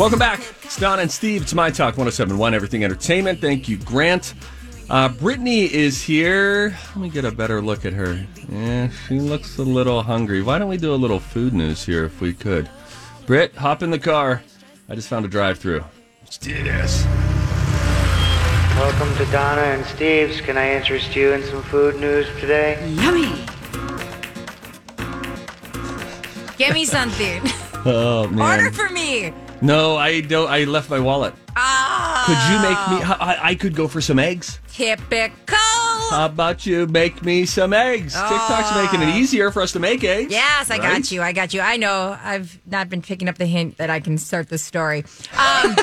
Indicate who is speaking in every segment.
Speaker 1: Welcome back. It's Don and Steve. It's My Talk 1071, Everything Entertainment. Thank you, Grant. Uh, Brittany is here. Let me get a better look at her. Yeah, she looks a little hungry. Why don't we do a little food news here if we could? Britt, hop in the car. I just found a drive through. Let's do this.
Speaker 2: Welcome to Donna and Steve's. Can I interest you in some food news today?
Speaker 3: Yummy. Give me something.
Speaker 1: Oh, man.
Speaker 3: Order for me.
Speaker 1: No, I don't. I left my wallet.
Speaker 3: Ah.
Speaker 1: Could you make me? I, I could go for some eggs.
Speaker 3: typical?
Speaker 1: How about you make me some eggs? TikTok's making it easier for us to make eggs.
Speaker 3: Oh. Yes, I
Speaker 1: Right?
Speaker 3: got you. I got you. I know. I've not been picking up the hint that I can start the story. Um,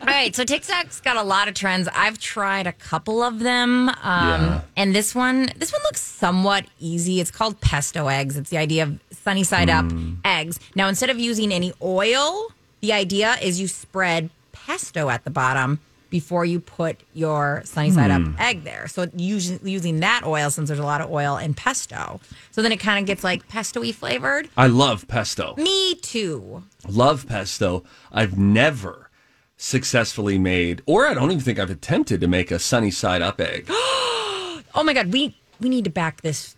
Speaker 3: all right. So TikTok's got a lot of trends. I've tried a couple of them, um,
Speaker 1: Yeah.
Speaker 3: and this one, this one looks somewhat easy. It's called pesto eggs. It's the idea of sunny side up eggs. Now, instead of using any oil, the idea is you spread pesto at the bottom before you put your sunny side up egg there. So using using that oil, since there's a lot of oil in pesto, so then it kind of gets like pesto-y flavored.
Speaker 1: I love pesto.
Speaker 3: Me too.
Speaker 1: Love pesto. I've never successfully made, or I don't even think I've attempted to make a sunny side up egg.
Speaker 3: Oh my god, we we need to back this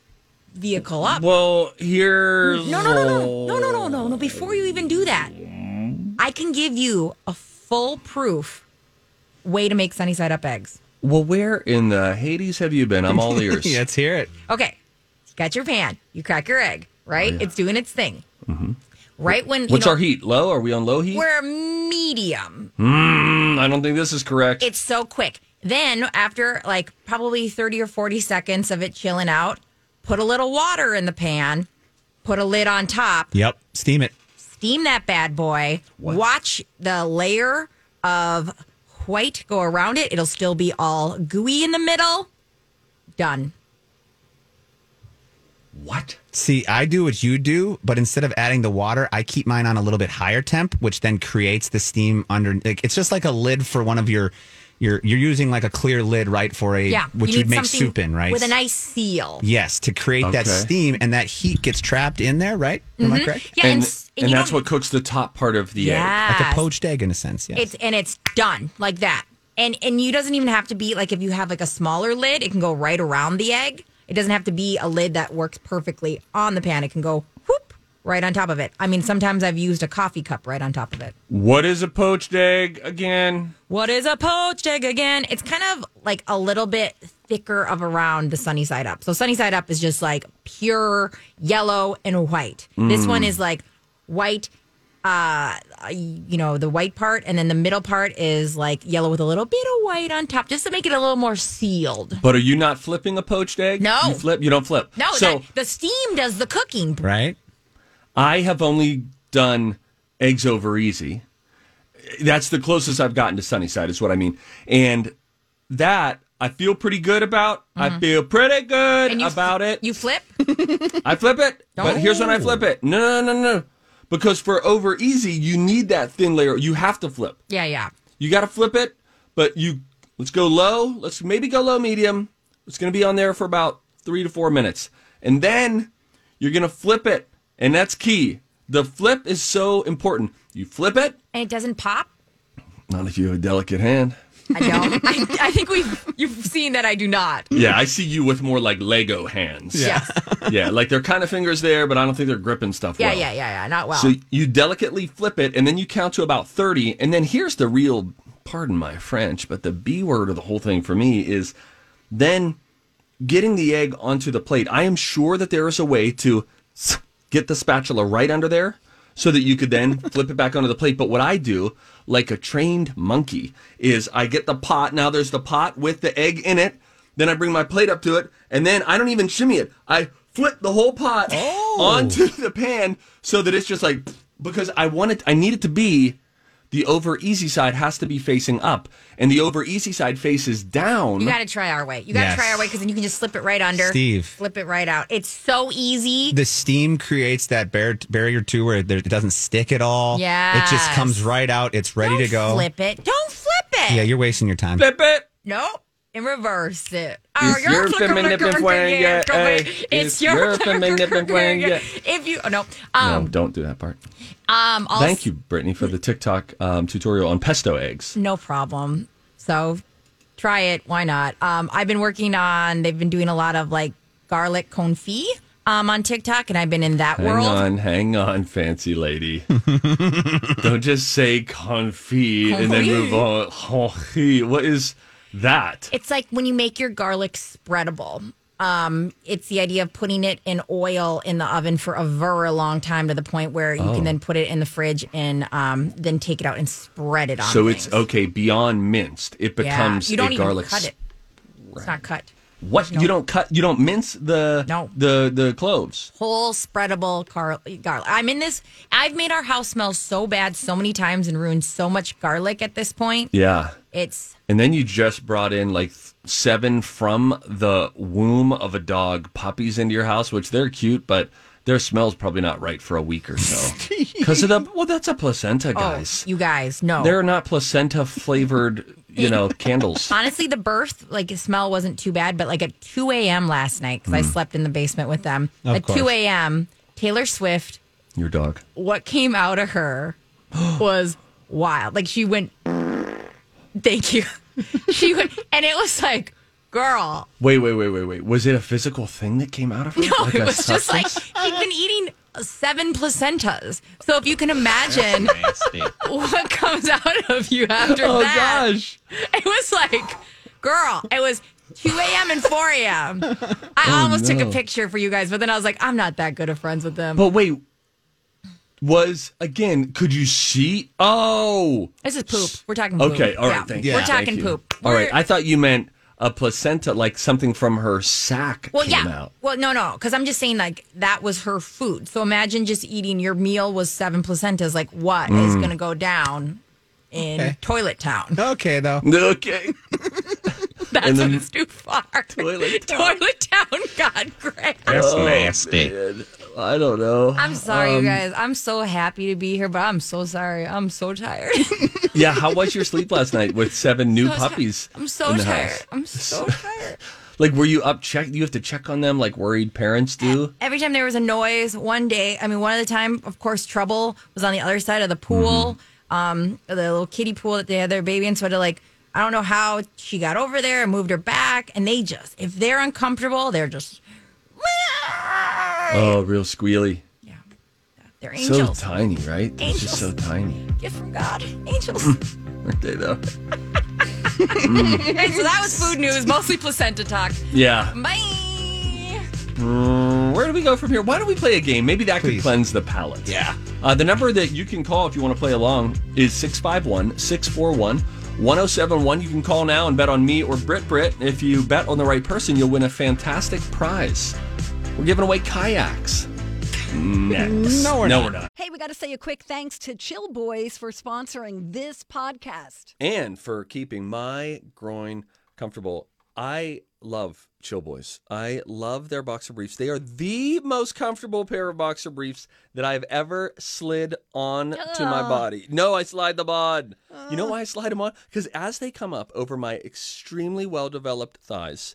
Speaker 3: vehicle up.
Speaker 1: well, here's
Speaker 3: No, no, no, no, no, no, no, no, no. Before you even do that, I can give you a foolproof way to make sunny side up eggs.
Speaker 1: Well, where in the Hades have you been? I'm all ears.
Speaker 4: Let's hear it.
Speaker 3: Okay, you got your pan, you crack your egg, right? It's doing its thing. Right when you
Speaker 1: What's
Speaker 3: know,
Speaker 1: our heat? Low? Are we on low heat?
Speaker 3: We're medium.
Speaker 1: Mm, I don't think this is correct.
Speaker 3: It's so quick. Then after like probably thirty or forty seconds of it chilling out, put a little water in the pan, put a lid on top,
Speaker 4: Yep. Steam it.
Speaker 3: steam that bad boy. Watch the layer of white go around it. It'll still be all gooey in the middle. Done.
Speaker 1: what?
Speaker 4: See, I do what you do, but instead of adding the water, I keep mine on a little bit higher temp, which then creates the steam under. Like, it's just like a lid for one of your. You're you're using like a clear lid, right? For a
Speaker 3: Yeah.
Speaker 4: which
Speaker 3: you
Speaker 4: you'd
Speaker 3: need
Speaker 4: make
Speaker 3: something
Speaker 4: soup in, right?
Speaker 3: With a nice seal.
Speaker 4: yes, to create that
Speaker 1: Okay.
Speaker 4: steam and that heat gets trapped in there, right? Am
Speaker 3: Mm-hmm.
Speaker 4: I correct?
Speaker 3: Yeah,
Speaker 1: And,
Speaker 3: s-
Speaker 1: and,
Speaker 3: you
Speaker 1: that's
Speaker 3: don't-
Speaker 1: what cooks the top part of the egg.
Speaker 3: Yes.
Speaker 4: Like a poached egg in a sense. Yes.
Speaker 3: It's and it's done like that. And and you doesn't even have to be like if you have like a smaller lid, it can go right around the egg. It doesn't have to be a lid that works perfectly on the pan. It can go whoop right on top of it. I mean, sometimes I've used a coffee cup right on top of it.
Speaker 1: What is a poached egg again?
Speaker 3: What is a poached egg again? It's kind of like a little bit thicker of around the sunny side up. So sunny side up is just like pure yellow and white. This
Speaker 1: Mm.
Speaker 3: one is like white uh you know the white part and then the middle part is like yellow with a little bit of white on top just to make it a little more sealed.
Speaker 1: But are you not flipping a poached egg?
Speaker 3: No.
Speaker 1: You flip. You don't flip.
Speaker 3: No,
Speaker 1: So
Speaker 3: that, the steam does the cooking.
Speaker 4: right.
Speaker 1: I have only done eggs over easy. That's the closest I've gotten to Sunnyside, is what I mean. And that I feel pretty good about. I feel pretty good
Speaker 3: Mm-hmm. And you-
Speaker 1: about it.
Speaker 3: You flip?
Speaker 1: I flip it. But here's when I flip it. No, no, no, no. Because for over easy, you need that thin layer. You have to flip.
Speaker 3: yeah, yeah.
Speaker 1: You got to flip it, but you let's go low. Let's maybe go low medium. It's going to be on there for about three to four minutes, and then you're going to flip it, and that's key. The flip is so important. You flip it,
Speaker 3: And it doesn't pop?
Speaker 1: not if you have a delicate hand.
Speaker 3: I don't. I, I think we've you've seen that I do not.
Speaker 1: Yeah, I see you with more like Lego hands.
Speaker 3: Yes.
Speaker 1: yeah, like they're kind of fingers there, but I don't think they're gripping stuff
Speaker 3: Yeah,
Speaker 1: well.
Speaker 3: yeah, yeah, yeah. Not well.
Speaker 1: So you delicately flip it, and then you count to about 30. And then here's the real, pardon my French, but the B word of the whole thing for me is then getting the egg onto the plate. I am sure that there is a way to get the spatula right under there so that you could then flip it back onto the plate. But what I do, like a trained monkey, is I get the pot. Now there's the pot with the egg in it. Then I bring my plate up to it, and then I don't even shimmy it. I flip the whole pot onto the pan so that it's just like because I want it. I need it to be the over easy side has to be facing up, and the over easy side faces down.
Speaker 3: You got to try our way. You got to
Speaker 4: Yes.
Speaker 3: try our way because then you can just slip it right under.
Speaker 4: Steve.
Speaker 3: Flip it right out. It's so easy.
Speaker 4: the steam creates that bar- barrier too, where there, it doesn't stick at all. it just
Speaker 3: Yes.
Speaker 4: comes right out. It's ready
Speaker 3: Don't
Speaker 4: to go.
Speaker 3: Flip it. Don't flip it.
Speaker 4: Yeah, you're wasting your time.
Speaker 1: Flip it.
Speaker 3: Nope. And reverse
Speaker 1: It's
Speaker 3: it. Oh,
Speaker 1: your
Speaker 3: you're flicker-
Speaker 1: feminine
Speaker 3: flicker-
Speaker 1: fling, yeah,
Speaker 3: flicker-
Speaker 1: hey. It's
Speaker 3: It's your
Speaker 1: your
Speaker 3: flicker-
Speaker 1: feminine
Speaker 3: flicker-
Speaker 1: fling, yeah.
Speaker 3: If you oh, no.
Speaker 1: No,
Speaker 3: Um
Speaker 1: don't do that part.
Speaker 3: um also,
Speaker 1: Thank you, Brittany, for the TikTok um, tutorial on pesto eggs.
Speaker 3: No problem. So try it. Why not? Um, I've been working on, they've been doing a lot of like garlic confit um, on TikTok, and I've been in that
Speaker 1: Hang
Speaker 3: world.
Speaker 1: on, hang on, fancy lady. Don't just say confit and then move on. Confit. What is that?
Speaker 3: It's like when you make your garlic spreadable. Um, it's the idea of putting it in oil in the oven for a very long time to the point where you
Speaker 1: Oh.
Speaker 3: can then put it in the fridge and um, then take it out and spread it on.
Speaker 1: So it's
Speaker 3: things.
Speaker 1: okay beyond minced. It
Speaker 3: Yeah.
Speaker 1: becomes
Speaker 3: you don't
Speaker 1: a
Speaker 3: even
Speaker 1: garlic.
Speaker 3: cut
Speaker 1: s-
Speaker 3: it. It's not cut.
Speaker 1: What you don't cut? You don't mince the
Speaker 3: No.
Speaker 1: the the cloves.
Speaker 3: whole spreadable gar- garlic. I'm in this. I've made our house smell so bad so many times and ruined so much garlic at this point.
Speaker 1: Yeah,
Speaker 3: It's
Speaker 1: and then you just brought in like th- seven from the womb of a dog puppies into your house, which they're cute, but their smell's probably not right for a week or so because of the. Well, that's a
Speaker 3: Oh,
Speaker 1: placenta, guys.
Speaker 3: you guys. No,
Speaker 1: They're not placenta flavored, you know, candles.
Speaker 3: honestly, the birth like smell wasn't too bad, but like at 2 a.m. last night because I
Speaker 1: Mm.
Speaker 3: slept in the basement with them
Speaker 4: Of
Speaker 3: at
Speaker 4: course.
Speaker 3: 2 a.m. Taylor Swift.
Speaker 1: Your dog.
Speaker 3: What came out of her was wild. Like she went. Thank you. she went, and it was like, girl.
Speaker 1: Wait, wait, wait, wait, wait. Was it a physical thing that came out of her?
Speaker 3: No, it
Speaker 1: a
Speaker 3: was just like
Speaker 1: substance?
Speaker 3: she'd been eating seven placentas. So if you can imagine what comes out of you after
Speaker 1: Oh
Speaker 3: that,
Speaker 1: gosh.
Speaker 3: it was like, girl, it was 2 a.m. and 4 a.m. I almost took
Speaker 1: Oh, no.
Speaker 3: a picture for you guys, but then I was like, I'm not that good of friends with them.
Speaker 1: But wait. Was again? Could you see? Oh,
Speaker 3: this is poop. We're talking poop.
Speaker 1: okay. All right.
Speaker 3: Yeah.
Speaker 1: Thank you.
Speaker 3: We're
Speaker 1: Thank
Speaker 3: talking
Speaker 1: you.
Speaker 3: poop.
Speaker 1: All right.
Speaker 3: We're-
Speaker 1: I thought you meant a placenta, like something from her sack
Speaker 3: Well,
Speaker 1: came
Speaker 3: yeah.
Speaker 1: out.
Speaker 3: Well, no, no, because I'm just saying, like that was her food. So imagine just eating your meal was seven placentas. Like, what is
Speaker 1: Mm.
Speaker 3: going to go down in toilet town?
Speaker 4: Okay, though.
Speaker 1: Okay.
Speaker 3: That's
Speaker 1: And then-
Speaker 3: when it's too far.
Speaker 1: Toilet town.
Speaker 3: toilet town got great.
Speaker 5: That's
Speaker 6: Oh,
Speaker 5: nasty.
Speaker 1: Oh, I don't know.
Speaker 3: I'm sorry,
Speaker 1: Um,
Speaker 3: you guys. I'm so happy to be here, but I'm so sorry. I'm so tired.
Speaker 1: Yeah. How was your sleep last night with seven new puppies?
Speaker 3: I'm so
Speaker 1: in the
Speaker 3: tired.
Speaker 1: house?
Speaker 3: I'm so tired.
Speaker 1: Like, were you up? Check. You have to check on them, like worried parents do.
Speaker 3: Every time there was a noise, one day, I mean, one of the time, of course, trouble was on the other side of the pool,
Speaker 1: Mm-hmm.
Speaker 3: um, the little kiddie pool that they had their baby in. So I had to like, I don't know how she got over there and moved her back. And they just, if they're uncomfortable, they're just,
Speaker 1: Oh, real squealy.
Speaker 3: they're Uh, angels.
Speaker 1: So tiny, right? They're just
Speaker 3: Angels.
Speaker 1: so tiny,
Speaker 3: Gift from God, angels.
Speaker 1: aren't they? Though.
Speaker 3: Okay, so that was food news, mostly placenta talk.
Speaker 1: Yeah.
Speaker 3: Bye.
Speaker 1: Where do we go from here? Why don't we play a game? Maybe that could
Speaker 4: Please.
Speaker 1: cleanse the palate.
Speaker 4: Yeah.
Speaker 1: Uh, the number that you can call if you want to play along is 651 641 1071. You can call now and bet on me or Brit Brit. If you bet on the right person, you'll win a fantastic prize. We're giving away kayaks. Next. no, we're, no not. we're not.
Speaker 7: Hey, we got to say a quick thanks to Chill Boys for sponsoring this podcast.
Speaker 1: And for keeping my groin comfortable. I love Chill Boys. I love their boxer briefs. They are the most comfortable pair of boxer briefs that I've ever slid on to my body. No, I slide them on. You know why I slide them on? Because as they come up over my extremely well developed thighs,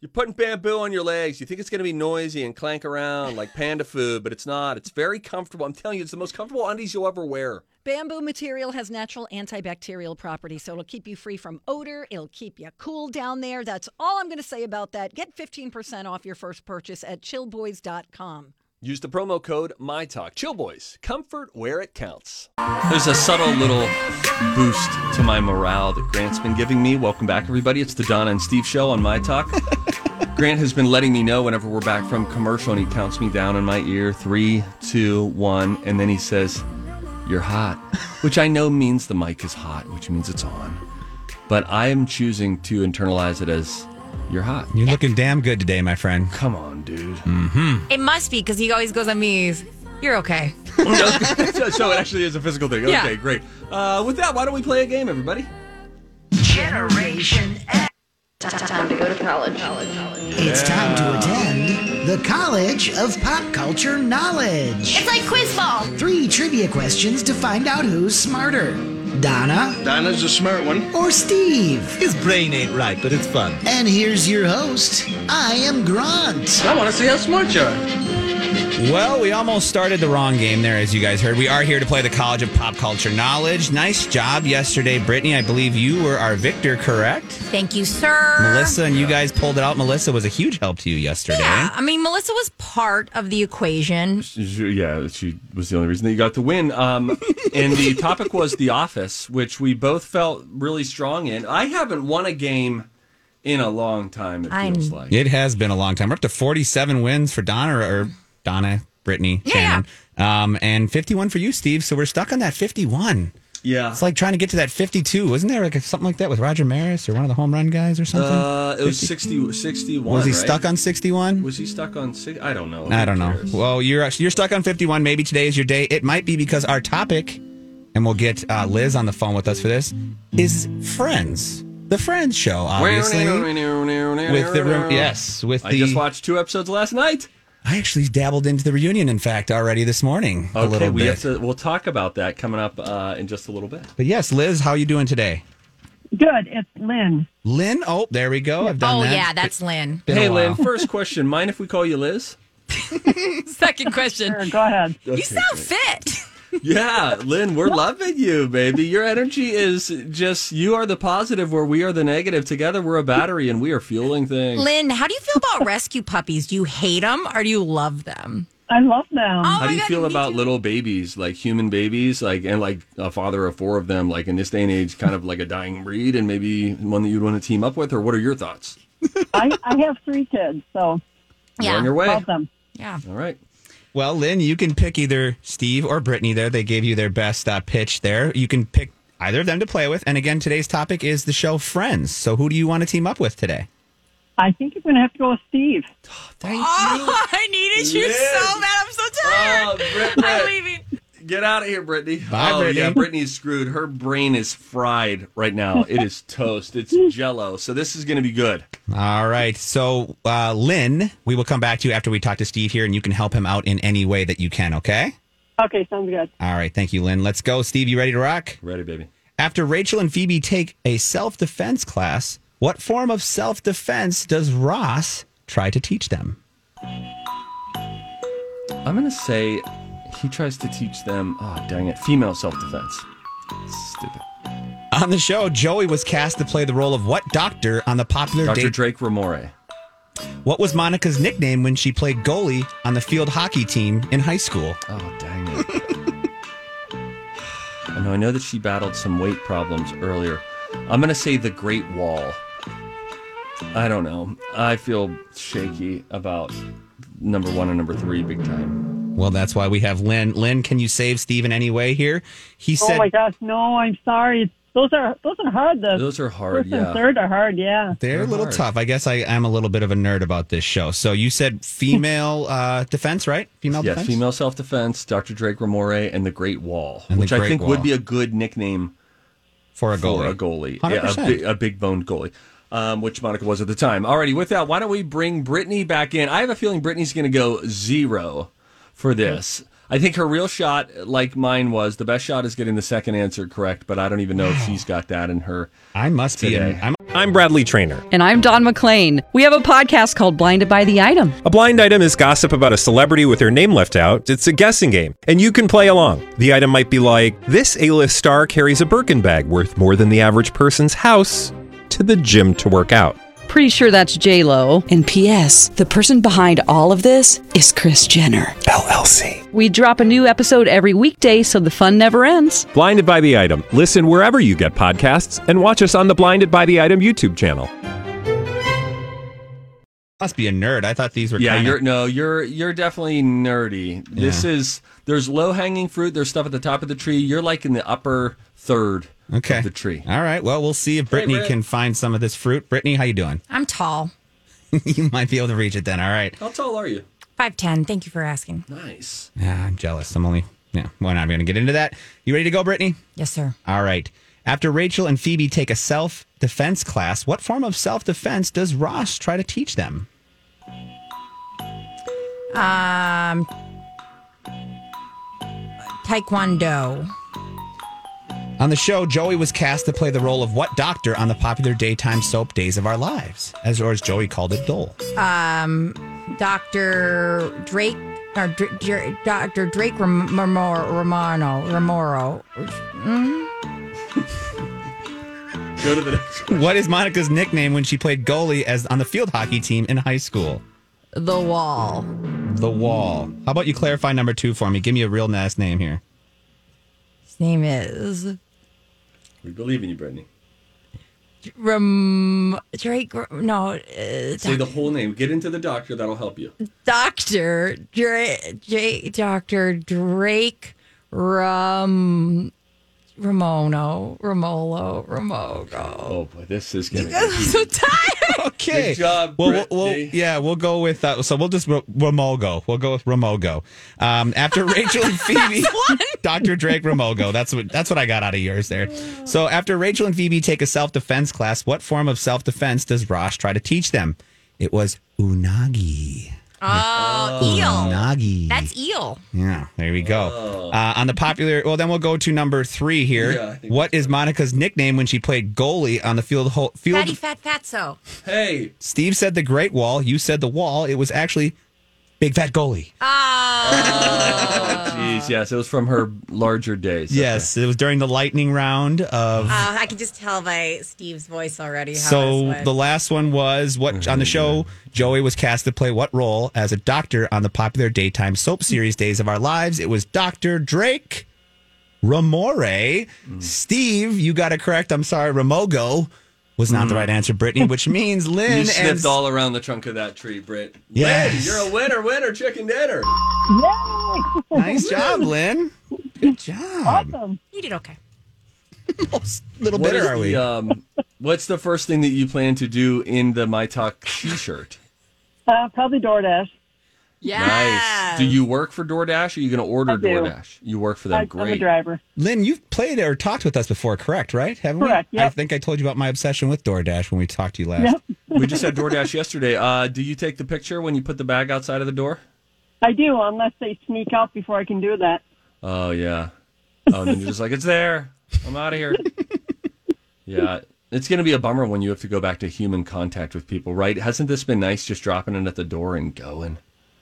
Speaker 1: You're putting bamboo on your legs. You think it's going to be noisy and clank around like panda food, but it's not. It's very comfortable. I'm telling you, it's the most comfortable undies you'll ever wear.
Speaker 7: Bamboo material has natural antibacterial properties, so it'll keep you free from odor. It'll keep you cool down there. That's all I'm going to say about that. Get 15% off your first purchase at chillboys.com.
Speaker 1: Use the promo code MyTalk. Chill Boys, comfort where it counts. There's a subtle little boost to my morale that Grant's been giving me. Welcome back, everybody. It's the Donna and Steve show on My Talk. Grant has been letting me know whenever we're back from commercial and he counts me down in my ear three, two, one, and then he says, You're hot, which I know means the mic is hot, which means it's on. But I am choosing to internalize it as, You're hot.
Speaker 4: You're looking damn good today, my friend.
Speaker 1: Come on, dude.
Speaker 3: It must be because he always goes on these. You're okay.
Speaker 1: so, so it actually is a physical thing. Okay,
Speaker 3: Yeah.
Speaker 1: great. Uh, with that, why don't we play a game, everybody?
Speaker 5: Time to go to college.
Speaker 8: It's time to attend the College of Pop Culture Knowledge.
Speaker 5: It's like quiz ball.
Speaker 8: Three trivia questions to find out who's smarter Donna
Speaker 6: Dinah's a smart one.
Speaker 8: or Steve.
Speaker 6: His brain ain't right, but it's fun.
Speaker 8: And here's your host. I am Grant.
Speaker 6: I want to see how smart you are.
Speaker 4: Well, we almost started the wrong game there, as you guys heard. We are here to play the College of Pop Culture Knowledge. Nice job yesterday, Brittany. I believe you were our victor, correct?
Speaker 3: Thank you, sir.
Speaker 4: Melissa and you guys pulled it out. Melissa was a huge help to you yesterday.
Speaker 1: eh?
Speaker 3: Yeah, I mean, Melissa was part of the equation.
Speaker 1: Yeah, she was the only reason that you got the win. Um, and the topic was The Office, which we both felt really strong in. I haven't won a game in a long time, it
Speaker 3: I'm-
Speaker 1: feels like.
Speaker 4: It has been a long time. We're up to 47 wins for Donna or Donna, Brittany, Shannon. Um, and 51 for you, Steve. So we're stuck on that 51.
Speaker 1: Yeah.
Speaker 4: It's like trying to get to that 52. Wasn't there like something like that with Roger Maris or one of the home run guys or something?
Speaker 1: uh, it was 60, 61.
Speaker 4: was he
Speaker 1: right?
Speaker 4: stuck on 61?
Speaker 1: Was he stuck on six? I don't know.
Speaker 4: I
Speaker 1: Who
Speaker 4: don't know.
Speaker 1: cares?
Speaker 4: Well, you're you're stuck on 51. Maybe today is your day. It might be because our topic, and we'll get uh, Liz on the phone with us for this, is Friends, the Friends show, obviously. with the room, yes, with the.
Speaker 1: I just watched two episodes last night.
Speaker 4: I actually dabbled into the reunion, in fact, already this morning a
Speaker 1: Okay,
Speaker 4: little
Speaker 1: we
Speaker 4: bit.
Speaker 1: have to. We'll talk about that coming up uh, in just a little bit.
Speaker 4: but yes, Liz, how you doing today?
Speaker 9: Good. It's Lynn.
Speaker 4: Lynn, oh, there we go. I've done
Speaker 3: Oh,
Speaker 4: that.
Speaker 3: yeah, that's Lynn.
Speaker 4: Been a
Speaker 1: hey,
Speaker 4: while.
Speaker 1: Lynn. First question. Mind if we call you Liz?
Speaker 3: Second question.
Speaker 9: Sure, go ahead.
Speaker 3: You sound fit.
Speaker 1: Yeah, Lynn, we're loving you, baby. Your energy is just. You are the positive, where we are the negative. Together, we're a battery, and we are fueling things.
Speaker 3: Lynn, how do you feel about rescue puppies? Do you hate them or do you love them?
Speaker 9: I love them.
Speaker 3: Oh,
Speaker 1: How
Speaker 3: my
Speaker 1: do you
Speaker 3: God,
Speaker 1: feel
Speaker 3: me
Speaker 1: about
Speaker 3: too.
Speaker 1: little babies, like human babies, like and like a father of four of them, like in this day and age, kind of like a dying breed, and maybe one that you'd want to team up with, or what are your thoughts?
Speaker 9: I, I have three kids, so
Speaker 1: You're on
Speaker 3: Yeah.
Speaker 1: your way.
Speaker 9: love
Speaker 1: All
Speaker 9: them.
Speaker 3: Yeah.
Speaker 1: right.
Speaker 4: Well, Lynn, you can pick either Steve or Brittany there. They gave you their best uh, pitch there. You can pick either of them to play with. And again, today's topic is the show Friends. So who do you want to team up with today?
Speaker 9: I think you're going to have to go with Steve.
Speaker 3: Oh, I needed you
Speaker 1: Lynn.
Speaker 3: so bad. I'm so
Speaker 1: Oh,
Speaker 3: tired.
Speaker 1: Brit,
Speaker 3: I'm
Speaker 1: Brit.
Speaker 3: leaving.
Speaker 1: Get out of here, Brittany.
Speaker 4: Bye,
Speaker 1: oh,
Speaker 4: Brittany.
Speaker 1: yeah, Brittany's screwed. Her brain is fried right now. It is toast. It's jello. So this is going to be good.
Speaker 4: All right. So, uh, Lynn, we will come back to you after we talk to Steve here and you can help him out in any way that you can, okay?
Speaker 9: Okay, sounds good.
Speaker 4: All right. Thank you, Lynn. Let's go. Steve, you ready to rock?
Speaker 1: Ready, baby.
Speaker 4: After Rachel and Phoebe take a self defense class, what form of self defense does Ross try to teach them?
Speaker 1: I'm going to say he tries to teach them, oh, dang it, female self defense. Stupid.
Speaker 4: On the show, Joey was cast to play the role of what doctor on the popular
Speaker 1: Dr.
Speaker 4: date?
Speaker 1: Drake Ramore.
Speaker 4: What was Monica's nickname when she played goalie on the field hockey team in high school?
Speaker 1: Oh, dang it. I know, I know that she battled some weight problems earlier. I'm going to say the Great Wall. I don't know. I feel shaky about number one and number three big time.
Speaker 4: Well, that's why we have Lynn. Lynn, can you save Steve in any way here? He said,
Speaker 9: oh my gosh, no, I'm sorry. It's Those are those are hard. The
Speaker 4: Those are hard,
Speaker 9: First and
Speaker 4: yeah.
Speaker 9: third are hard. Yeah.
Speaker 4: They're a little tough. I guess I am a little bit of a nerd about this show. So you said female uh, defense, right? Female
Speaker 1: yeah,
Speaker 4: defense.
Speaker 1: female self defense, Dr. Drake Ramore, and the Great Wall,
Speaker 4: And the
Speaker 1: which I
Speaker 4: Great
Speaker 1: think
Speaker 4: Wall.
Speaker 1: would be a good nickname
Speaker 4: for a
Speaker 1: For
Speaker 4: goalie.
Speaker 1: a goalie, yeah, a,
Speaker 4: 100%.
Speaker 1: big, a big boned goalie, um, which Monica was at the time. Alrighty, with that, why don't we bring Brittany back in? I have a feeling Brittany's going to go zero for this. I think her real shot, like mine was, the best shot is getting the second answer correct, but I don't even know if she's got that in her.
Speaker 4: I must
Speaker 1: today.
Speaker 4: be. I'm,
Speaker 10: I'm Bradley Trainer.
Speaker 11: And I'm Don McClain. We have a podcast called Blinded by the Item.
Speaker 10: A blind item is gossip about a celebrity with their name left out. It's a guessing game, and you can play along. The item might be like this A list star carries a Birkin bag worth more than the average person's house to the gym to work out.
Speaker 11: Pretty sure that's J Lo. And P.S. The person behind all of this is Chris Jenner LLC. We drop a new episode every weekday, so the fun never ends.
Speaker 10: Blinded by the Item. Listen wherever you get podcasts and watch us on the Blinded by the Item YouTube channel.
Speaker 4: must be a nerd. I thought these were.
Speaker 1: Yeah,
Speaker 4: kinda-
Speaker 1: you're no, you're you're definitely nerdy. This
Speaker 4: Yeah.
Speaker 1: is there's low hanging fruit. There's stuff at the top of the tree. You're like in the upper third
Speaker 4: Okay.
Speaker 1: of the tree.
Speaker 4: All right. Well, we'll see if Brittany
Speaker 1: Britt.
Speaker 4: can find some of this fruit. Brittany, how you doing?
Speaker 3: I'm tall.
Speaker 4: you might be able to reach it then. All right.
Speaker 1: How tall are you?
Speaker 3: 5'10. Thank you for asking.
Speaker 1: Nice.
Speaker 4: Yeah, Ah, I'm jealous. I'm only. Yeah, we're not going to get into that. You ready to go, Brittany?
Speaker 3: Yes, sir.
Speaker 4: All right. After Rachel and Phoebe take a self defense class, what form of self defense does Ross try to teach them?
Speaker 3: Um, Taekwondo.
Speaker 4: On the show, Joey was cast to play the role of what doctor on the popular daytime soap Days of Our Lives, as or as Joey called it, Dole.
Speaker 3: Um, Dr. Drake. Or Dr. Dr. Dr. Drake Ram- Ramor- Romano. Romoro. Mm?
Speaker 1: Go to the next.
Speaker 4: What is Monica's nickname when she played goalie as on the field hockey team in high school?
Speaker 3: The Wall.
Speaker 4: The Wall. How about you clarify number two for me? Give me a real last name here.
Speaker 3: His name is
Speaker 1: We believe in you, Brittany.
Speaker 3: Ram- Drake. Ra- No, uh,
Speaker 1: Say the whole name. Get into the doctor. That'll help you.
Speaker 3: Doctor Dra- J- Doctor Drake Ram Ramono Ramolo Ramogo.
Speaker 1: Oh boy, this is
Speaker 3: You
Speaker 1: getting.
Speaker 3: guys are so tired.
Speaker 4: Okay.
Speaker 1: Good job,
Speaker 4: Well, we'll, we'll
Speaker 1: Brittany.
Speaker 4: yeah, we'll go with uh, so we'll just R- Ramogo. We'll go with Ramogo. Um, after Rachel and Phoebe, Dr. Drake Ramogo. That's what that's what I got out of yours there. So after Rachel and Phoebe take a self defense class, what form of self defense does Rosh try to teach them? It was unagi.
Speaker 3: Oh,
Speaker 4: Unagi.
Speaker 3: That's eel.
Speaker 4: Yeah, there we
Speaker 1: Oh.
Speaker 4: go. Uh, on the popular, well, then we'll go to number three here.
Speaker 3: Yeah, I
Speaker 4: what is Monica's nickname when she played goalie on the field? Ho- field
Speaker 3: Fatty fat fatso.
Speaker 1: Hey.
Speaker 4: Steve said the Great Wall. You said the Wall. It was actually Big Fat Goalie.
Speaker 1: Jeez, yes, it was from her larger days.
Speaker 4: Yes, it was during the lightning round of.
Speaker 3: Uh, I can just tell by Steve's voice already. How
Speaker 4: so
Speaker 3: this went.
Speaker 4: the last one was what on the show Joey was cast to play what role as a doctor on the popular daytime soap series Days of Our Lives. It was Doctor Drake Ramore. Steve, you got it correct. I'm sorry, Ramogo was not the right answer, Brittany, which means Lynn
Speaker 1: You
Speaker 4: and
Speaker 1: sniffed all around the trunk of that tree, Britt.
Speaker 4: Yes.
Speaker 1: Lynn, you're a winner, winner, chicken dinner.
Speaker 4: nice job, Lynn. Good job.
Speaker 9: Awesome.
Speaker 3: You did okay.
Speaker 4: little
Speaker 1: What
Speaker 4: bitter
Speaker 1: is
Speaker 4: are
Speaker 1: the,
Speaker 4: we?
Speaker 1: um, what's the first thing that you plan to do in the My Talk T-shirt?
Speaker 9: Uh, probably DoorDash.
Speaker 1: Nice. Do you work for DoorDash? Or are you going to order
Speaker 9: I do.
Speaker 1: DoorDash? You work for them.
Speaker 9: I- I'm a
Speaker 1: Great.
Speaker 9: driver.
Speaker 4: Lynn, you've played or talked with us before, correct? Right? Haven't
Speaker 9: Correct,
Speaker 4: we?
Speaker 9: yep.
Speaker 4: I think I told you about my obsession with DoorDash when we talked to you last.
Speaker 9: Yep.
Speaker 1: we just had DoorDash yesterday. Uh, do you take the picture when you put the bag outside of the door?
Speaker 9: I do, unless they sneak out before I can do that.
Speaker 1: Oh yeah. Oh, and then you're just like, it's there. I'm out of here. yeah. It's going to be a bummer when you have to go back to human contact with people, right? Hasn't this been nice just dropping it at the door and going?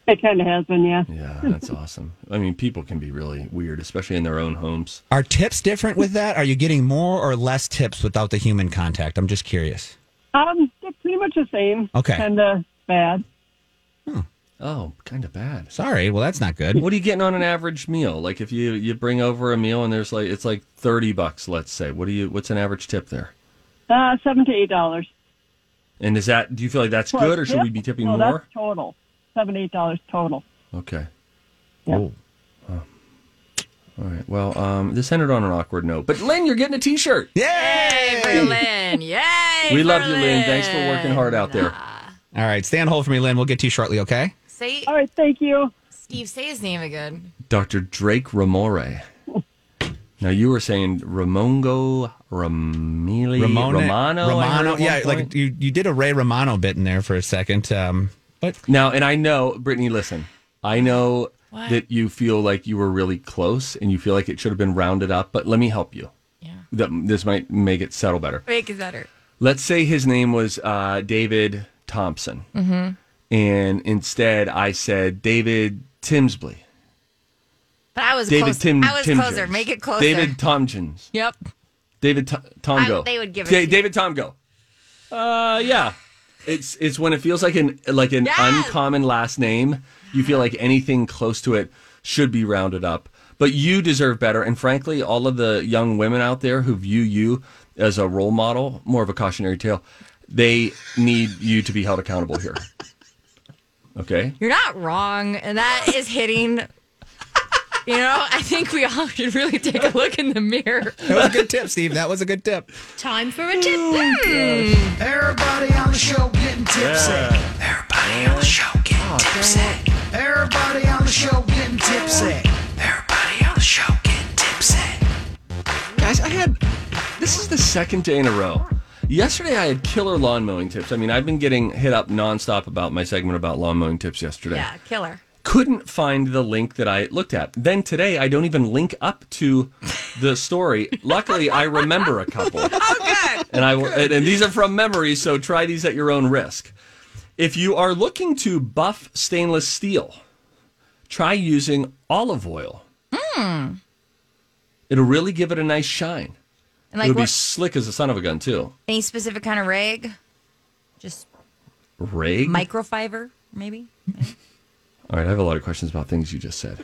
Speaker 9: It kind of has been, yeah.
Speaker 1: Yeah, that's awesome. I mean, people can be really weird, especially in their own homes.
Speaker 4: Are tips different with that? Are you getting more or less tips without the human contact? I'm just curious.
Speaker 9: Um, they're pretty much the same.
Speaker 4: Okay.
Speaker 9: Kind of bad.
Speaker 1: Oh, kind of bad.
Speaker 4: Sorry. Well, that's not good.
Speaker 1: What are you getting on an average meal? Like if you you bring over a meal and there's like it's like 30 bucks, let's say. What do you what's an average tip there?
Speaker 9: Uh, seven to eight dollars.
Speaker 1: And is that do you feel like that's good or should we be tipping
Speaker 9: no,
Speaker 1: more?
Speaker 9: That's total. Seven eight dollars total.
Speaker 1: Okay.
Speaker 9: Yeah.
Speaker 1: Oh. Oh. All right. Well, um, this ended on an awkward note, but Lynn, you're getting a T-shirt. Yay!
Speaker 3: Berlin. Yay.
Speaker 1: we love you, Lynn. Thanks for working hard out there.
Speaker 4: All right, stay on hold for me, Lynn. We'll get to you shortly, okay?
Speaker 3: Say
Speaker 9: All right, thank you.
Speaker 3: Steve, say his name again.
Speaker 1: Dr. Drake Ramore. Now you were saying Ramongo Ramili
Speaker 4: Ramona-
Speaker 1: Romano. I heard
Speaker 4: Romano.
Speaker 1: at one
Speaker 4: Yeah,
Speaker 1: point.
Speaker 4: like you, you did a Ray Romano bit in there for a second. Um, but
Speaker 1: Now, and I know, Brittany, listen, I know
Speaker 3: What?
Speaker 1: that you feel like you were really close and you feel like it should have been rounded up, but let me help you. Yeah. That, this might make it settle better.
Speaker 3: Make it better.
Speaker 1: Let's say his name was uh, David Thompson,
Speaker 3: Mm-hmm.
Speaker 1: and instead I said David Timsley.
Speaker 3: But I was
Speaker 1: David
Speaker 3: close.
Speaker 1: Tim.
Speaker 3: I was
Speaker 1: Timjins.
Speaker 3: closer. Make it closer.
Speaker 1: David Tomjins.
Speaker 3: Yep.
Speaker 1: David T- Tomgo.
Speaker 3: I- they would give it
Speaker 1: Da-
Speaker 3: to you.
Speaker 1: David Tomgo. Uh, yeah. It's it's when it feels like an like an uncommon last name. You feel like anything close to it should be rounded up. But you deserve better. And frankly, all of the young women out there who view you as a role model, more of a cautionary tale, they need you to be held accountable here. Okay.
Speaker 3: You're not wrong. And that is hitting. You know, I think we all should really take a look in the mirror.
Speaker 4: that was a good tip, Steve. That was a good tip.
Speaker 3: Time for a tip.
Speaker 8: Everybody on the show getting tipsy. Everybody on the show getting tipsy. Everybody on the show getting tipsy. Everybody on the show getting tipsy.
Speaker 1: Guys, I had this is the second day in a row. Yesterday, I had killer lawn mowing tips. I mean, I've been getting hit up nonstop about my segment about lawn mowing tips yesterday.
Speaker 3: Yeah, killer.
Speaker 1: Couldn't find the link that I looked at. Then today, I don't even link up to the story. Luckily, I remember a couple.
Speaker 3: Oh,
Speaker 1: And I will- and, and these are from memory, so try these at your own risk. If you are looking to buff stainless steel, try using olive oil.
Speaker 3: Hmm.
Speaker 1: It'll really give it a nice shine.
Speaker 3: And like
Speaker 1: It'll be
Speaker 3: what,
Speaker 1: slick as a son of a gun too.
Speaker 3: any specific kind of rig? Just
Speaker 1: Rig.
Speaker 3: microfiber, maybe?
Speaker 1: All right, I have a lot of questions about things you just said.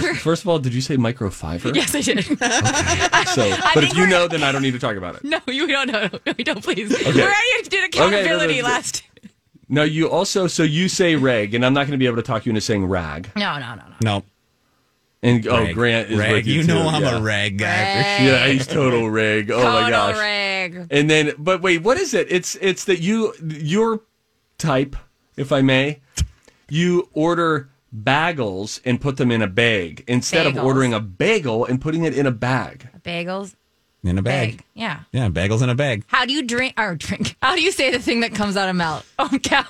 Speaker 1: First, first of all, did you say microfiber?
Speaker 3: Yes, I did.
Speaker 1: So,
Speaker 3: I
Speaker 1: but
Speaker 3: think
Speaker 1: if you
Speaker 3: we're-
Speaker 1: know, then I don't need to talk about it.
Speaker 3: No, you don't know. No, you don't please.
Speaker 1: Okay.
Speaker 3: We already did accountability
Speaker 1: Okay, no, no,
Speaker 3: last.
Speaker 1: No, you also. So you say rag, and I'm not going to be able to talk you into saying rag.
Speaker 3: No, no, no, no.
Speaker 1: No. And oh,
Speaker 4: Rag.
Speaker 1: Grant is
Speaker 4: Rag.
Speaker 1: with you.
Speaker 4: You know
Speaker 1: too,
Speaker 4: I'm a
Speaker 1: yeah.
Speaker 4: rag guy.
Speaker 3: Rag.
Speaker 1: Yeah, he's total rag. Oh my
Speaker 3: Total
Speaker 1: gosh.
Speaker 3: rag.
Speaker 1: And then, but wait, what is it? It's it's that you your type, if I may, you order bagels and put them in a bag instead
Speaker 3: Bagels.
Speaker 1: of ordering a bagel and putting it in a bag.
Speaker 3: Bagels.
Speaker 4: In a bag.
Speaker 3: Yeah.
Speaker 4: Yeah, bagels in a bag.
Speaker 3: How do you drink or drink? How do you say the thing that comes out of mouth? Oh, cow.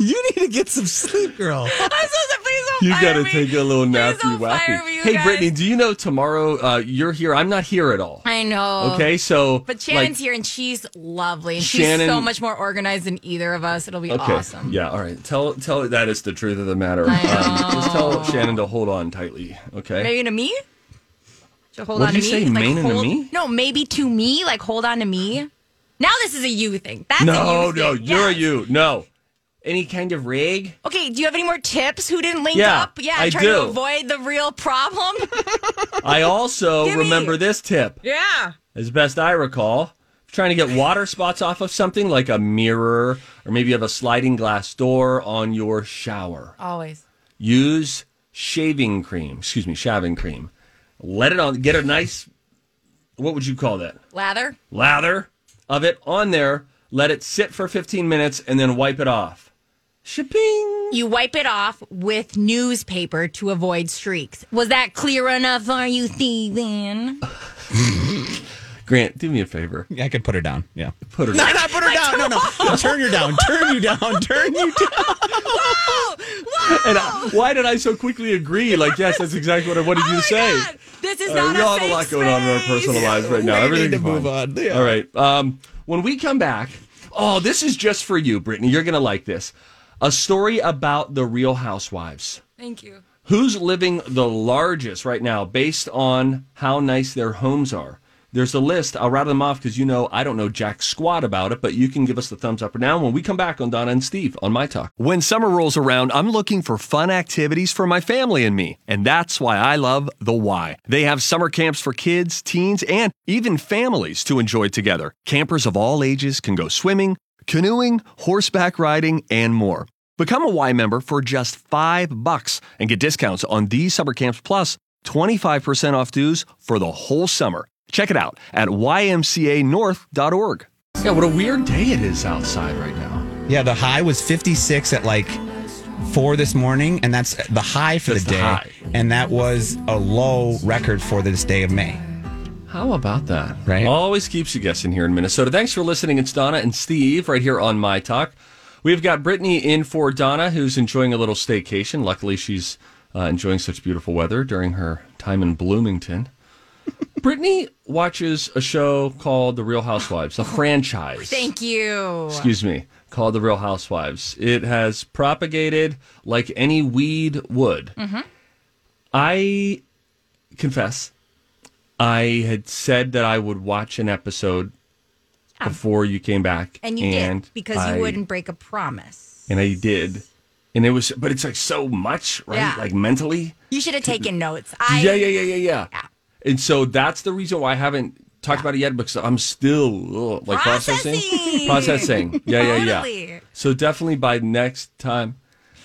Speaker 4: You need to get some sleep, girl.
Speaker 3: I'm supposed to please don't
Speaker 1: You
Speaker 3: fire
Speaker 1: gotta
Speaker 3: me.
Speaker 1: take a little nappy
Speaker 3: fire
Speaker 1: wappy.
Speaker 3: me, you
Speaker 1: Hey,
Speaker 3: guys.
Speaker 1: Brittany, do you know tomorrow uh, you're here? I'm not here at all.
Speaker 3: I know.
Speaker 1: Okay, so
Speaker 3: But Shannon's
Speaker 1: like-
Speaker 3: here and she's lovely. And she's
Speaker 1: Shannon-
Speaker 3: so much more organized than either of us. It'll be
Speaker 1: Okay.
Speaker 3: awesome.
Speaker 1: Yeah. All right. Tell tell that is the truth of the matter. Um, just tell Shannon to hold on tightly. Okay.
Speaker 3: Maybe to me? To hold
Speaker 1: What
Speaker 3: on
Speaker 1: did
Speaker 3: to
Speaker 1: you
Speaker 3: me?
Speaker 1: say, Maine and to
Speaker 3: hold-
Speaker 1: me?
Speaker 3: No, maybe to me, like hold on to me. Now this is a you thing. That's a
Speaker 1: no,
Speaker 3: you
Speaker 1: no,
Speaker 3: thing.
Speaker 1: you're
Speaker 3: Yeah.
Speaker 1: a you. No. Any kind of rig?
Speaker 3: Okay, do you have any more tips? Who didn't link
Speaker 1: Yeah,
Speaker 3: up? Yeah,
Speaker 1: I
Speaker 3: try
Speaker 1: do.
Speaker 3: to avoid the real problem.
Speaker 1: I also remember this tip.
Speaker 3: yeah.
Speaker 1: As best I recall, trying to get water spots off of something like a mirror or maybe you have a sliding glass door on your shower.
Speaker 3: Always.
Speaker 1: Use shaving cream. Excuse me, shaving cream. Let it on get a nice what would you call that?
Speaker 3: Lather.
Speaker 1: lather of it on there, let it sit for 15 minutes, and then wipe it off. Shipping.
Speaker 3: You wipe it off with newspaper to avoid streaks. Was that clear enough? Are you thieving?
Speaker 1: Grant, do me a favor.
Speaker 4: Yeah, I could put her down. Yeah.
Speaker 1: Put her
Speaker 4: No,
Speaker 1: down.
Speaker 4: no, put her down. No, no. No, Turn her down. Turn you down. Turn you down.
Speaker 1: And I, why did I so quickly agree? Like, yes, that's exactly what I wanted you to say.
Speaker 3: Oh This is
Speaker 1: Uh,
Speaker 3: not
Speaker 1: we
Speaker 3: a
Speaker 1: all have
Speaker 3: safe
Speaker 1: a lot going on in our personal lives right now.
Speaker 4: We need
Speaker 1: Everything's
Speaker 4: to move
Speaker 1: fine.
Speaker 4: on. Yeah.
Speaker 1: All right. Um, when we come back, oh, this is just for you, Brittany. You're going to like this. A story about the Real Housewives.
Speaker 3: Thank you.
Speaker 1: Who's living the largest right now based on how nice their homes are? There's a list. I'll rattle them off because you know I don't know jack squat about it, but you can give us the thumbs up or down when we come back on Donna and Steve on My Talk. When summer rolls around, I'm looking for fun activities for my family and me, and that's why I love The Why. They have summer camps for kids, teens, and even families to enjoy together. Campers of all ages can go swimming, canoeing, horseback riding, and more. Become a Y member for just five bucks and get discounts on these summer camps plus 25% off dues for the whole summer. Check it out at ymcanorth.org. Yeah, what a weird day it is outside right now.
Speaker 4: Yeah, the high was 56 at like four this morning, and that's the high for
Speaker 1: That's
Speaker 4: the
Speaker 1: the
Speaker 4: day.
Speaker 1: high.
Speaker 4: And that was a low record for this day of May.
Speaker 1: How about that?
Speaker 4: Right?
Speaker 1: Always keeps you guessing here in Minnesota. Thanks for listening. It's Donna and Steve right here on My Talk. We've got Brittany in for Donna, who's enjoying a little staycation. Luckily, she's uh, enjoying such beautiful weather during her time in Bloomington. Brittany watches a show called The Real Housewives, a franchise.
Speaker 3: Thank you.
Speaker 1: Excuse me, called The Real Housewives. It has propagated like any weed would.
Speaker 3: Mhm.
Speaker 1: I confess, I had said that I would watch an episode before you came back,
Speaker 3: Ah. And you did because
Speaker 1: I-
Speaker 3: you wouldn't break a promise.
Speaker 1: And I did, and it was, but it's like so much, right?
Speaker 3: Yeah.
Speaker 1: Like mentally.
Speaker 3: You should have taken notes. I
Speaker 1: yeah, yeah, yeah, yeah, yeah, And so that's the reason why I haven't talked about it yet because I'm still ugh, like processing,
Speaker 3: Processing.
Speaker 1: processing. Yeah, yeah, yeah.
Speaker 3: Totally.
Speaker 1: So definitely by next time.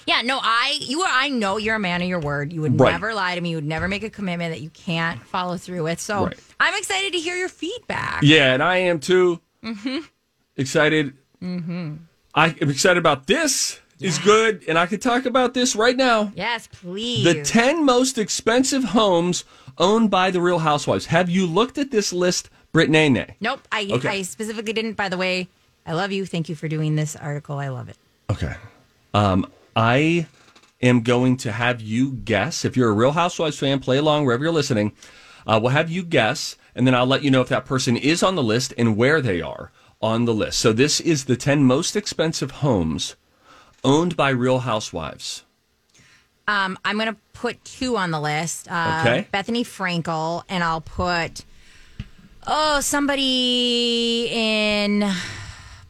Speaker 3: Yeah, no, I you are I know you're a man of your word. You would
Speaker 1: Right.
Speaker 3: never lie to me. You would never make a commitment that you can't follow through with. So
Speaker 1: Right.
Speaker 3: I'm excited to hear your feedback.
Speaker 1: Yeah, and I am too
Speaker 3: Mm-hmm.
Speaker 1: excited.
Speaker 3: Mm-hmm.
Speaker 1: I am excited about this. Is good, and I could talk about this right now.
Speaker 3: Yes, please.
Speaker 1: The 10 most expensive homes owned by the Real Housewives. Have you looked at this list, Brittany? Nay?
Speaker 3: Nope. I
Speaker 1: Okay.
Speaker 3: I specifically didn't. By the way, I love you. Thank you for doing this article. I love it.
Speaker 1: Okay. Um, I am going to have you guess. If you're a Real Housewives fan, play along wherever you're listening. Uh, we'll have you guess, and then I'll let you know if that person is on the list and where they are on the list. So this is the 10 most expensive homes owned by Real Housewives.
Speaker 3: Um, I'm going to put two on the list. Uh,
Speaker 1: Okay.
Speaker 3: Bethany Frankel, and I'll put oh somebody in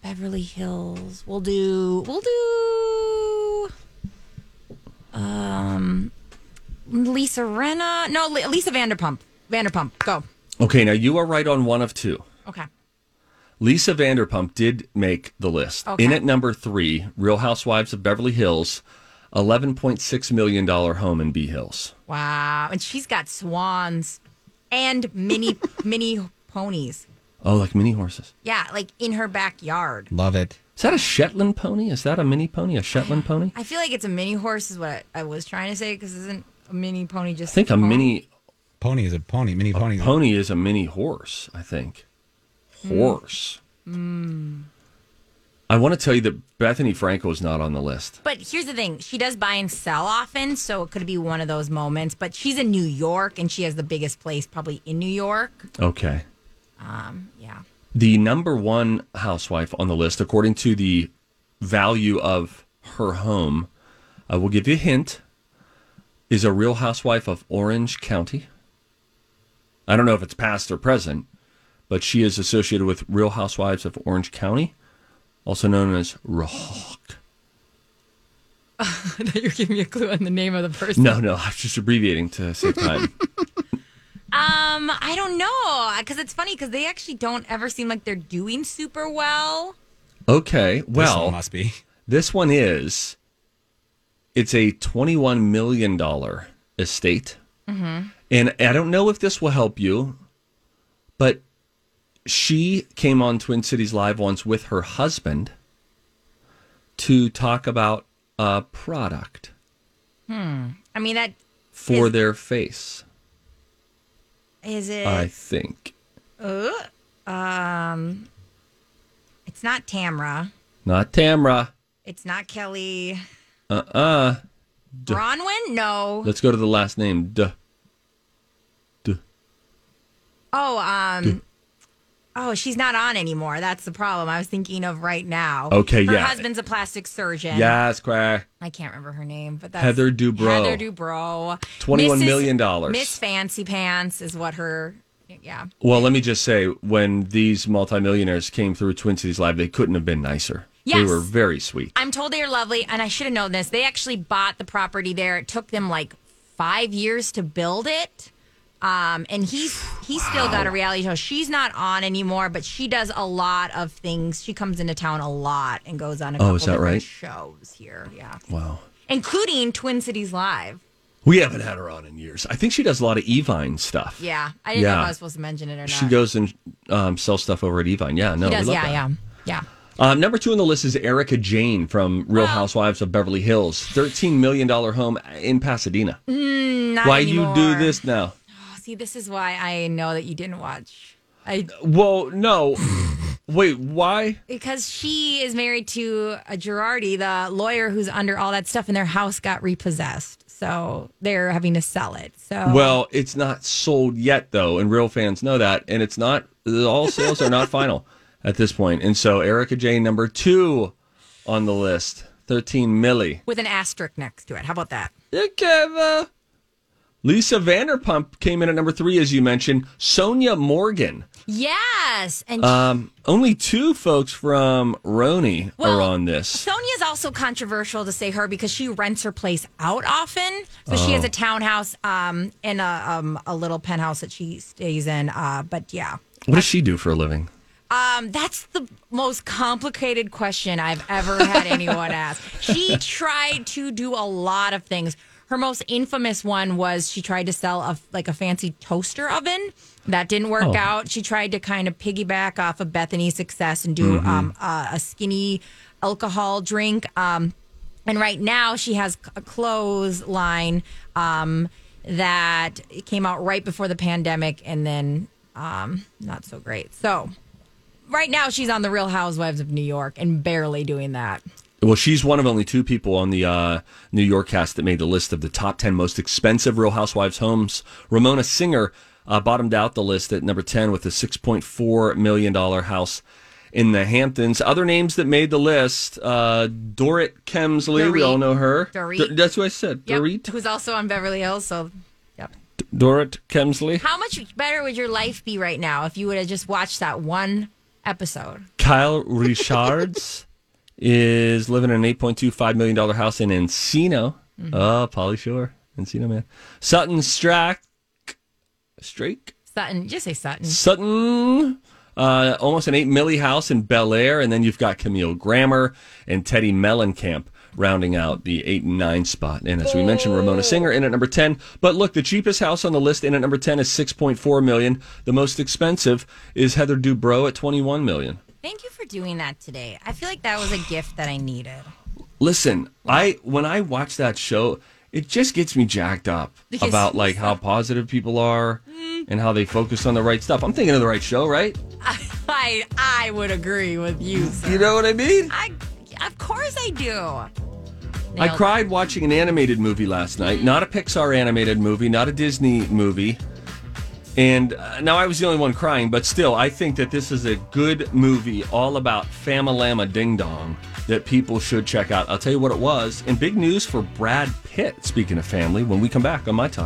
Speaker 3: Beverly Hills. We'll do we'll do um Lisa Renna. No, Li- Lisa Vanderpump. Vanderpump, go.
Speaker 1: Okay, now you are right on one of two.
Speaker 3: Okay.
Speaker 1: Lisa Vanderpump did make the list.
Speaker 3: Okay.
Speaker 1: In at number three, Real Housewives of Beverly Hills, $11.6 million home in B Hills.
Speaker 3: Wow, and she's got swans and mini mini ponies.
Speaker 1: Oh, like mini horses.
Speaker 3: Yeah, like in her backyard.
Speaker 1: Love it. Is that a Shetland pony? Is that a mini pony? A Shetland pony?
Speaker 3: I feel like it's a mini horse is what I, I was trying to say because isn't a mini pony
Speaker 1: I
Speaker 3: just?
Speaker 1: think a
Speaker 3: pony?
Speaker 1: mini
Speaker 4: pony is a pony. Mini pony.
Speaker 1: Pony is a mini horse. I think horse.
Speaker 3: Mm.
Speaker 1: I want to tell you that Bethany Franco is not on the list.
Speaker 3: But here's the thing: she does buy and sell often, so it could be one of those moments. But she's in New York, and she has the biggest place probably in New York.
Speaker 1: Okay.
Speaker 3: Um, yeah.
Speaker 1: The number one housewife on the list, according to the value of her home, I will give you a hint, is a real housewife of Orange County. I don't know if it's past or present, but she is associated with Real Housewives of Orange County, also known as Rahawk.
Speaker 3: You're giving me a clue on the name of the person.
Speaker 1: No, no, I'm just abbreviating to save time.
Speaker 3: Um, I don't know because it's funny because they actually don't ever seem like they're doing super well.
Speaker 1: okay, well,
Speaker 4: one must
Speaker 1: be. This one is. It's a twenty-one million dollar estate.
Speaker 3: Mm-hmm.
Speaker 1: And I don't know if this will help you, but she came on Twin Cities Live once with her husband to talk about a product
Speaker 3: Hmm. I mean, that
Speaker 1: for their face,
Speaker 3: is it.
Speaker 1: I think.
Speaker 3: Uh, um, it's not Tamra.
Speaker 1: Not Tamra.
Speaker 3: It's not Kelly.
Speaker 1: Uh uh Duh.
Speaker 3: Bronwyn? No.
Speaker 1: Let's go to the last name. Duh.
Speaker 3: Oh, um. Oh, she's not on anymore. That's the problem. I was thinking of right now.
Speaker 1: Okay,
Speaker 3: her
Speaker 1: yeah.
Speaker 3: husband's a plastic surgeon.
Speaker 1: Yes, quack.
Speaker 3: I can't remember her name, but that's
Speaker 1: Heather Dubrow.
Speaker 3: Heather Dubrow.
Speaker 1: $21
Speaker 3: Mrs.
Speaker 1: million dollars.
Speaker 3: Miss Fancy Pants is what her. Yeah.
Speaker 1: Well, let me just say when these multimillionaires came through Twin Cities Live, they couldn't have been nicer. They
Speaker 3: Yes.
Speaker 1: were very sweet.
Speaker 3: I'm told they are lovely, and I should have known this. They actually bought the property there. It took them like five years to build it. Um, and he's he's still got a reality show. She's not on anymore, but she does a lot of things. She comes into town a lot and goes on a couple
Speaker 1: Oh, is that
Speaker 3: different
Speaker 1: right?
Speaker 3: shows here. Yeah,
Speaker 1: Wow.
Speaker 3: including Twin Cities Live.
Speaker 1: We haven't had her on in years. I think she does a lot of Evine stuff.
Speaker 3: Yeah, I didn't know if
Speaker 1: Yeah.
Speaker 3: I was supposed to mention it or not.
Speaker 1: She goes and um, sells stuff over at Evine. Yeah, no,
Speaker 3: He
Speaker 1: we
Speaker 3: does.
Speaker 1: love
Speaker 3: Yeah,
Speaker 1: that.
Speaker 3: yeah, yeah.
Speaker 1: Um, number two on the list is Erica Jane from Real Housewives of Beverly Hills. Thirteen million dollar home in Pasadena.
Speaker 3: Mm, not
Speaker 1: Why you
Speaker 3: anymore.
Speaker 1: do this now?
Speaker 3: Oh, see, this is why I know that you didn't watch. I
Speaker 1: Well, no. Wait, why?
Speaker 3: because she is married to a Girardi, the lawyer who's under all that stuff, and their house got repossessed, so they're having to sell it. So
Speaker 1: Well, it's not sold yet though, and real fans know that. And it's not all sales are not final at this point. And so Erica Jane number two on the list. Thirteen milli.
Speaker 3: with an asterisk next to it. How about that?
Speaker 1: Okay, though. Lisa Vanderpump came in at number three, as you mentioned. Sonia Morgan.
Speaker 3: Yes, and
Speaker 1: Um, only two folks from Roni
Speaker 3: Well,
Speaker 1: are on this.
Speaker 3: Sonia's also controversial to say her because she rents her place out often. So she
Speaker 1: Oh.
Speaker 3: has a townhouse um, and a, um, a little penthouse that she stays in. Uh, but yeah.
Speaker 1: What does she do for a living?
Speaker 3: Um, that's the most complicated question I've ever had anyone ask. She tried to do a lot of things. Her most infamous one was she tried to sell a like a fancy toaster oven that didn't work
Speaker 12: Oh.
Speaker 3: out. She tried to kind of piggyback off of Bethany's success and do
Speaker 12: Mhm.
Speaker 3: um, a, a skinny alcohol drink. Um, and right now she has a clothes line um, that came out right before the pandemic and then um, not so great. So right now she's on the Real Housewives of New York and barely doing that.
Speaker 1: Well, she's one of only two people on the uh, New York cast that made the list of the top 10 most expensive Real Housewives homes. Ramona Singer uh, bottomed out the list at number 10 with a $6.4 million house in the Hamptons. Other names that made the list uh, Dorrit Kemsley, we
Speaker 3: Dorit.
Speaker 1: all know her.
Speaker 3: Dorit.
Speaker 1: Dor- that's what I said.
Speaker 3: Yep,
Speaker 1: Dorit.
Speaker 3: who's also on Beverly Hills. So
Speaker 1: Dorrit Kemsley.
Speaker 3: how much better would your life be right now if you would have just watched that one episode?
Speaker 1: Kyle Richards is living in an eight point two five million dollar house in Encino.
Speaker 3: Mhm.
Speaker 1: Oh, Polly Shore, Encino man. Sutton Strack, Strake
Speaker 3: Sutton, just say Sutton.
Speaker 1: Sutton, uh, almost an eight milli house in Bel Air, and then you've got Camille Grammer and Teddy Mellencamp rounding out the eight and nine spot. And as we mentioned, Ramona Singer in at number ten. But look, the cheapest house on the list in at number ten is six point four million. The most expensive is Heather Dubrow at twenty one million.
Speaker 3: Thank you for doing that today. I feel like that was a gift that I needed.
Speaker 1: Listen, I when I watch that show, it just gets me jacked up
Speaker 3: Yes.
Speaker 1: about like how positive people are
Speaker 3: Mm.
Speaker 1: and how they focus on the right stuff. I'm thinking of the right show, right?
Speaker 3: I I would agree with you. Sir.
Speaker 1: You know what I mean?
Speaker 3: I of course I do.
Speaker 1: I
Speaker 3: Nailed it.
Speaker 1: cried watching an animated movie last night, not a Pixar animated movie, not a Disney movie. And uh, now I was the only one crying, but still, I think that this is a good movie all about Famalama Ding Dong that people should check out. I'll tell you what it was. And big news for Brad Pitt, speaking of family, when we come back on My Talk.